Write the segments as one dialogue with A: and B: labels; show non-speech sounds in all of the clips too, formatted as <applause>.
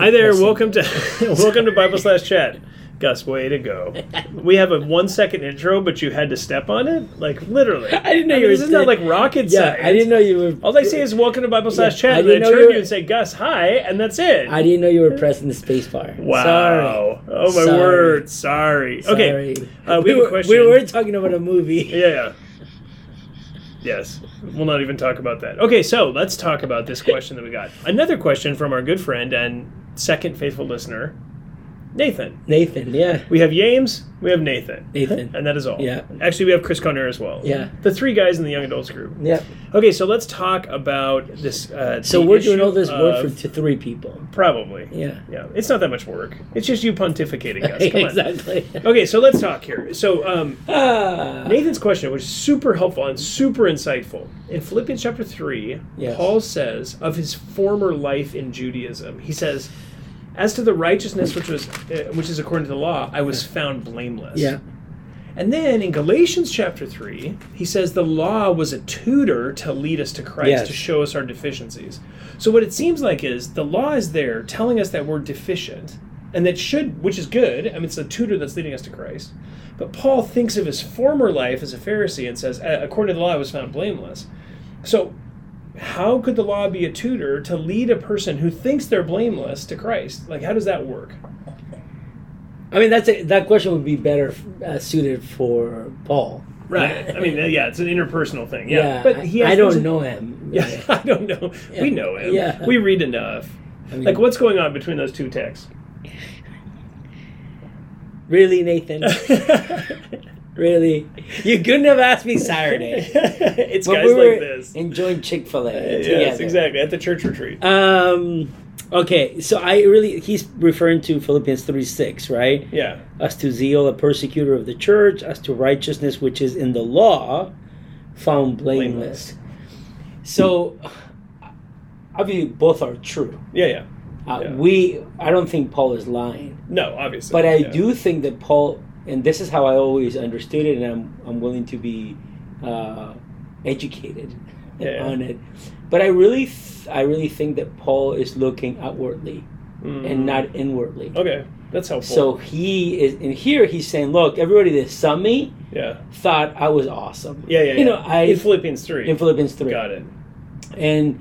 A: Hi there, welcome to <laughs> welcome to Bible slash chat. Gus, way to go. We have a one second intro, but you had to step on it? Like literally.
B: <laughs> I didn't know you
A: mean,
B: were
A: This is not
B: sti-
A: like rocket
B: Yeah,
A: science.
B: I didn't know you were.
A: All I say is welcome to Bible slash
B: Yeah, I
A: chat, and
B: didn't
A: I
B: know
A: turn
B: you
A: to
B: were-
A: you and say, Gus, hi, and that's it.
B: I didn't know you were pressing the space bar.
A: wow.
B: Sorry.
A: Oh my
B: Sorry.
A: word, sorry. Okay.
B: Sorry.
A: uh, we have a
B: were,
A: question.
B: We were talking about a movie. <laughs>
A: Yeah, yeah. Yes. We'll not even talk about that. Okay, so let's talk about this question that we got. Another question from our good friend and second faithful listener, Nathan.
B: Nathan, yeah.
A: We have James, we have Nathan. <laughs>
B: Nathan.
A: And that is all.
B: Yeah.
A: Actually, we have Chris Conner as well.
B: Yeah.
A: The three guys in the young adults group.
B: Yeah.
A: Okay, so let's talk about this. Uh,
B: So
A: the
B: we're doing
A: issue
B: all this work
A: of-
B: for to three people.
A: Probably.
B: Yeah.
A: Yeah. It's not that much work. It's just you pontificating us.
B: <laughs>
A: Come on.
B: exactly.
A: Okay, so let's talk here. So um,
B: Ah.
A: Nathan's question was super helpful and super insightful. In Philippians chapter 3,
B: Yes.
A: Paul says of his former life in Judaism, he says, As to the righteousness which was uh, which is according to the law, I was found blameless.
B: Yeah.
A: And then in Galatians chapter 3, he says the law was a tutor to lead us to Christ,
B: Yes.
A: to show us our deficiencies. So what it seems like is the law is there telling us that we're deficient, and that should, which is good. I mean, it's a tutor that's leading us to Christ. But Paul thinks of his former life as a Pharisee and says, "Uh, according to the law, I was found blameless. So how could the law be a tutor to lead a person who thinks they're blameless to Christ? Like, how does that work?
B: I mean, that's a, that question would be better uh, suited for Paul.
A: Right. I mean, yeah, it's an interpersonal thing. Yeah.
B: but I
A: things-
B: don't know
A: <laughs>
B: him.
A: Yeah, I don't know.
B: Yeah.
A: We know him.
B: Yeah.
A: We read enough.
B: I mean,
A: Like, what's going on between those two
B: <laughs>
A: texts? <laughs> <laughs>
B: Really, Nathan? really? You couldn't have asked me Saturday.
A: it's
B: But
A: guys
B: we were
A: like this.
B: enjoying Chick Fil A.
A: yes, exactly. At the church retreat.
B: Um. Okay, so I really he's referring to Philippians three six, right?
A: Yeah.
B: As to zeal, a persecutor of the church; as to righteousness, which is in the law, found blameless. So, obviously, both are true.
A: Yeah, yeah.
B: Uh,
A: Yeah.
B: We, I don't think Paul is lying,
A: No, obviously.
B: but I
A: yeah.
B: do think that Paul, and this is how I always understood it, and I'm I'm willing to be uh, educated
A: Yeah.
B: on it. But I really, th- I really think that Paul is looking outwardly
A: Mm.
B: and not inwardly.
A: Okay, that's helpful.
B: So he is, and here he's saying, look, everybody that saw me
A: yeah.
B: thought I was awesome.
A: Yeah, yeah,
B: You know,
A: yeah.
B: I
A: in Philippians 3.
B: in Philippians three,
A: Got it.
B: and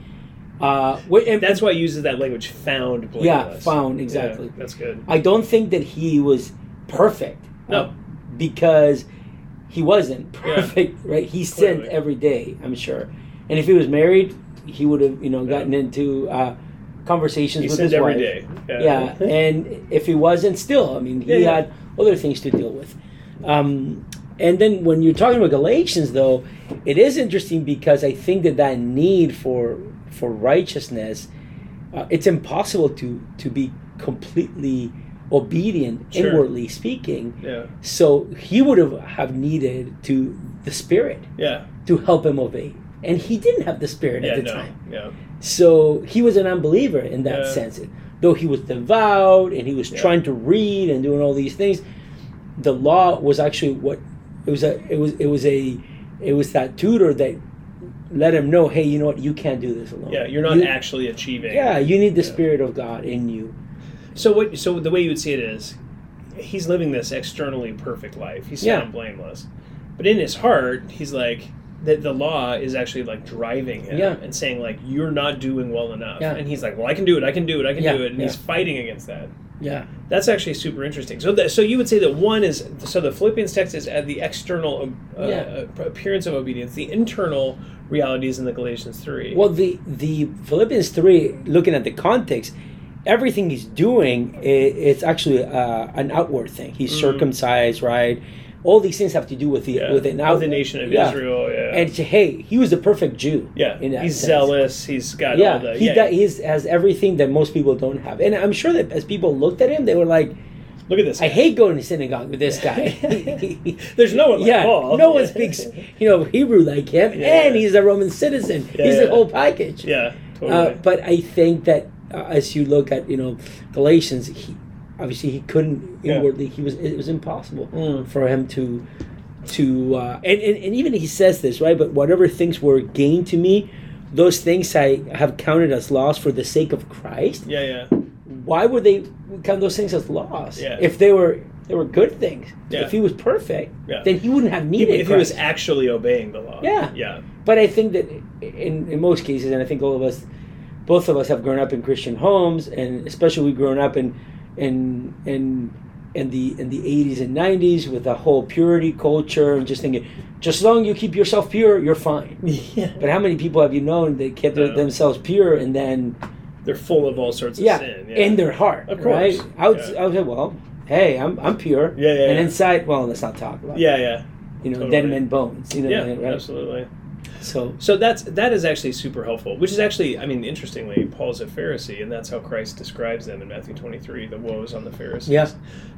B: uh, wait, and
A: That's why it uses that language found blameless.
B: yeah, found
A: Yeah,
B: exactly. Um,
A: that's good.
B: I don't think that he was perfect.
A: No.
B: uh, because he wasn't perfect, <laughs> right? He sinned
A: Clearly.
B: every day, I'm sure. And if he was married, he would have, you know,
A: Yeah.
B: gotten into uh, conversations
A: He
B: with
A: sinned
B: his
A: every
B: wife.
A: day.
B: yeah and if he wasn't still i mean he
A: Yeah, yeah.
B: had other things to deal with um, and then when you're talking about galatians though it is interesting because i think that that need for for righteousness uh, it's impossible to to be completely obedient
A: Sure.
B: inwardly speaking
A: Yeah.
B: so he would have have needed to the spirit
A: Yeah.
B: to help him obey and he didn't have the spirit
A: Yeah,
B: at the
A: no.
B: time
A: Yeah.
B: so he was an unbeliever in that
A: Yeah.
B: sense. Though he was devout and he was
A: Yeah.
B: trying to read and doing all these things, the law was actually what it was a it was it was a it was that tutor that let him know, hey, you know what, you can't do this alone.
A: Yeah, you're not
B: You-
A: actually achieving.
B: Yeah, you need the
A: Yeah.
B: spirit of God in you.
A: So what? So the way you would see it is, he's living this externally perfect life. He's
B: Yeah.
A: sound blameless, but in his heart, he's like that. The law is actually like driving him
B: Yeah.
A: and saying like, "You're not doing well enough."
B: Yeah.
A: And he's like, "Well, I can do it. I can do it. I can
B: Yeah,
A: do it." And he's fighting against that.
B: Yeah.
A: That's actually super interesting. So, that so you would say that one is so the Philippians text is at the external uh,
B: Yeah.
A: uh, appearance of obedience, the internal realities in the Galatians three.
B: Well the the Philippians three, looking at the context, everything he's doing i it's actually uh, an outward thing. He's circumcised, right? All these things have to do with the
A: Mm. yeah.
B: with an
A: Of
B: outward
A: the nation of Israel. Yeah.
B: and say, hey, he was the perfect Jew.
A: yeah,
B: in that
A: he's
B: sense.
A: zealous. He's got
B: Yeah,
A: all the
B: he
A: yeah,
B: do- he's has everything that most people don't have, and I'm sure that as people looked at him, they were like,
A: Look at this.
B: I hate going to synagogue with this guy.
A: <laughs>
B: <laughs>
A: There's no one like
B: yeah,
A: Paul.
B: no one speaks, you know, Hebrew like him,
A: Yeah.
B: and he's a Roman citizen.
A: Yeah,
B: he's
A: yeah.
B: the whole
A: <laughs>
B: package.
A: Yeah,
B: Uh,
A: totally.
B: but I think that uh, as you look at you know Galatians, he obviously he couldn't
A: Yeah.
B: inwardly. He was it was impossible
A: Mm.
B: for him to to uh, and, and and even he says this right. But whatever things were gain to me, those things I have counted as loss for the sake of Christ.
A: yeah, yeah.
B: why would they count those things as laws
A: Yeah.
B: if they were they were good things?
A: Yeah.
B: If he was perfect,
A: Yeah.
B: then he wouldn't have needed.
A: Even if he was
B: Christ.
A: actually obeying the law.
B: Yeah. <laughs>
A: Yeah.
B: But I think that in, in most cases, and I think all of us, both of us have grown up in Christian homes, and especially we've grown up in in in in the in the eighties and nineties with the whole purity culture and just thinking, just as long as you keep yourself pure, you're fine.
A: Yeah.
B: But how many people have you known that kept their-
A: Yeah.
B: themselves pure and then
A: They're full of all sorts of
B: yeah,
A: sin. Yeah.
B: in their heart,
A: Of course.
B: right? I would,
A: Yeah.
B: I would say, well, hey, I'm I'm pure,
A: Yeah, yeah,
B: and
A: yeah.
B: inside, well, let's not talk about, it.
A: yeah, yeah.
B: you know,
A: totally.
B: dead men bones, you know,
A: Yeah,
B: right?
A: absolutely.
B: So
A: So that's that is actually super helpful, which is actually, I mean, interestingly, Paul's a Pharisee, and that's how Christ describes them in Matthew 23, the woes on the Pharisees.
B: Yeah.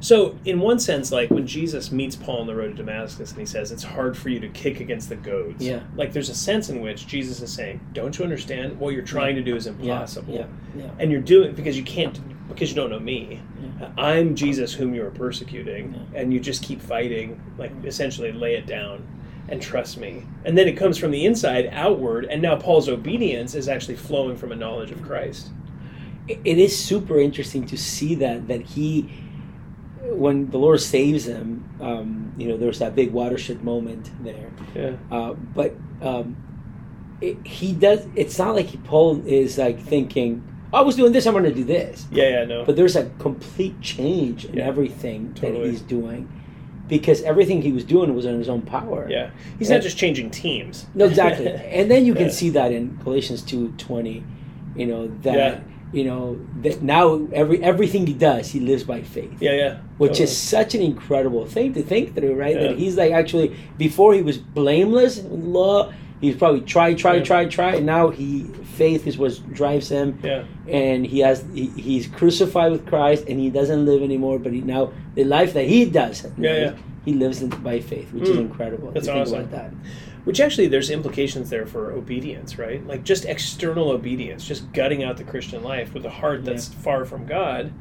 A: So, in one sense, like when Jesus meets Paul on the road to Damascus and he says, It's hard for you to kick against the goads.
B: Yeah.
A: Like there's a sense in which Jesus is saying, Don't you understand? What you're trying to do is
B: yeah,
A: impossible.
B: yeah, yeah.
A: And you're doing it because you can't, because you don't know me. I'm Jesus whom you are persecuting, and you just keep fighting, like essentially lay it down and trust me. And then it comes from the inside outward, and now Paul's obedience is actually flowing from a knowledge of Christ.
B: it is super interesting to see that that he when the lord saves him um, you know there's that big watershed moment there
A: Yeah.
B: uh, but um, it, he does it's not like he paul is like thinking "Oh, i was doing this i'm going to do this
A: Yeah, yeah, no.
B: but there's a complete change in
A: Yeah.
B: everything
A: Totally.
B: that he's doing because everything he was doing was in his own power
A: yeah. He's
B: Yeah.
A: not just changing teams. <laughs>
B: no, exactly. and then you can
A: Yeah.
B: see that in Galatians two twenty, you know that
A: Yeah.
B: you know that now every everything he does, he lives by faith,
A: yeah, yeah.
B: which
A: totally.
B: is such an incredible thing to think through, right?
A: Yeah.
B: That he's like actually before he was blameless in law, he was probably try, try,
A: Yeah.
B: try, try, and now he faith is what drives him,
A: Yeah.
B: and he has he, he's crucified with Christ, and he doesn't live anymore, but he now the life that he does,
A: Yeah, yeah.
B: he lives in, by faith, which is
A: Mm.
B: incredible.
A: That's
B: to think
A: awesome.
B: about that.
A: Which actually, there's implications there for obedience, right? Like just external obedience, just gutting out the Christian life with a heart that's far from God,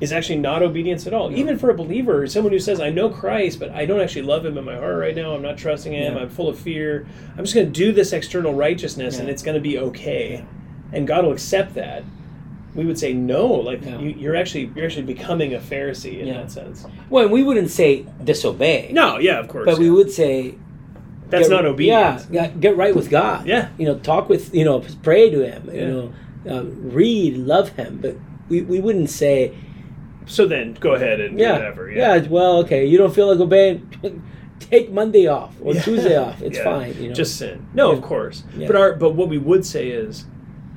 A: is actually not obedience at all. Even for a believer, someone who says, "I know Christ, but I don't actually love Him in my heart right now. I'm not trusting Him.
B: Yeah.
A: I'm full of fear. I'm just going to do this external righteousness, and
B: Yeah.
A: it's going to be okay, and God will accept that." We would say no, like
B: Yeah.
A: you, you're actually you're actually becoming a Pharisee in
B: Yeah.
A: that sense.
B: Well, we wouldn't say disobey.
A: No, yeah, of course,
B: But we would say
A: that's
B: get-
A: not obedience.
B: Yeah, yeah, get right with God.
A: Yeah.
B: you know, talk with you know, pray to Him.
A: Yeah.
B: You know, uh, read, love Him. But we, we wouldn't say
A: So then, go ahead and do
B: yeah,
A: whatever.
B: yeah, Well, okay, you don't feel like obeying. <laughs> Take Monday off or
A: Yeah.
B: Tuesday
A: <laughs>
B: off. It's
A: Yeah.
B: fine. You know,
A: Just sin. No,
B: Yeah.
A: of course.
B: Yeah.
A: But our but what we would say is,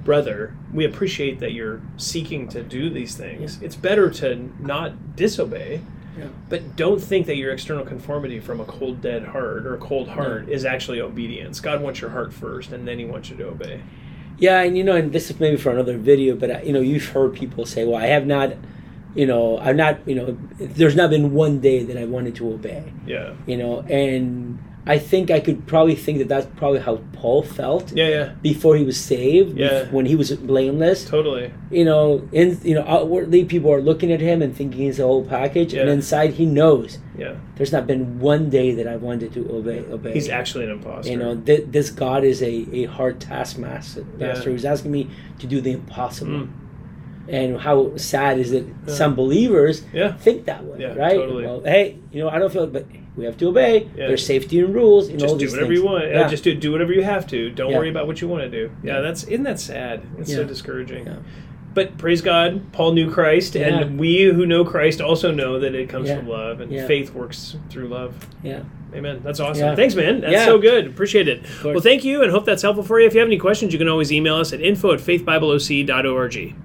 A: brother, we appreciate that you're seeking to do these things. It's better to not disobey,
B: Yeah.
A: but don't think that your external conformity from a cold dead heart or a cold heart is actually obedience. God wants your heart first, and then He wants you to obey.
B: yeah, and you know, and this is maybe for another video, but uh, you know, you've heard people say, "Well, I have not." You know, I've not. You know, there's not been one day that I wanted to obey.
A: Yeah.
B: you know and i think i could probably think that that's probably how paul felt
A: Yeah. Yeah.
B: before he was saved
A: Yeah.
B: when he was blameless
A: Totally.
B: you know in you know outwardly people are looking at him and thinking he's the whole package and
A: Yeah.
B: inside he knows
A: Yeah.
B: there's not been one day that i wanted to obey obey
A: He's actually an imposter.
B: you know th- this god is a, a hard taskmaster master
A: Yeah.
B: who's asking me to do the impossible
A: Mm.
B: and how sad is it
A: Yeah.
B: some believers
A: Yeah.
B: think that way,
A: Yeah,
B: right?
A: totally.
B: Well, hey, you know, I don't feel, but we have to obey.
A: Yeah.
B: There's safety and rules and all
A: Just do
B: these
A: whatever
B: things.
A: you want. Uh,
B: Yeah.
A: Just do do whatever you have to. Don't
B: Yeah.
A: worry about what you want to do. Yeah,
B: Yeah.
A: that's isn't that sad? It's so
B: Yeah.
A: discouraging.
B: Yeah.
A: But praise God, Paul knew Christ,
B: Yeah.
A: and we who know Christ also know that it comes
B: Yeah.
A: from love, and
B: Yeah.
A: faith works through love.
B: yeah.
A: Amen. That's awesome.
B: Yeah.
A: Thanks, man. That's
B: Yeah.
A: so good. Appreciate it.
B: course.
A: Well, thank you, and hope that's helpful for you. If you have any questions, you can always email us at info at faithbibleoc.org.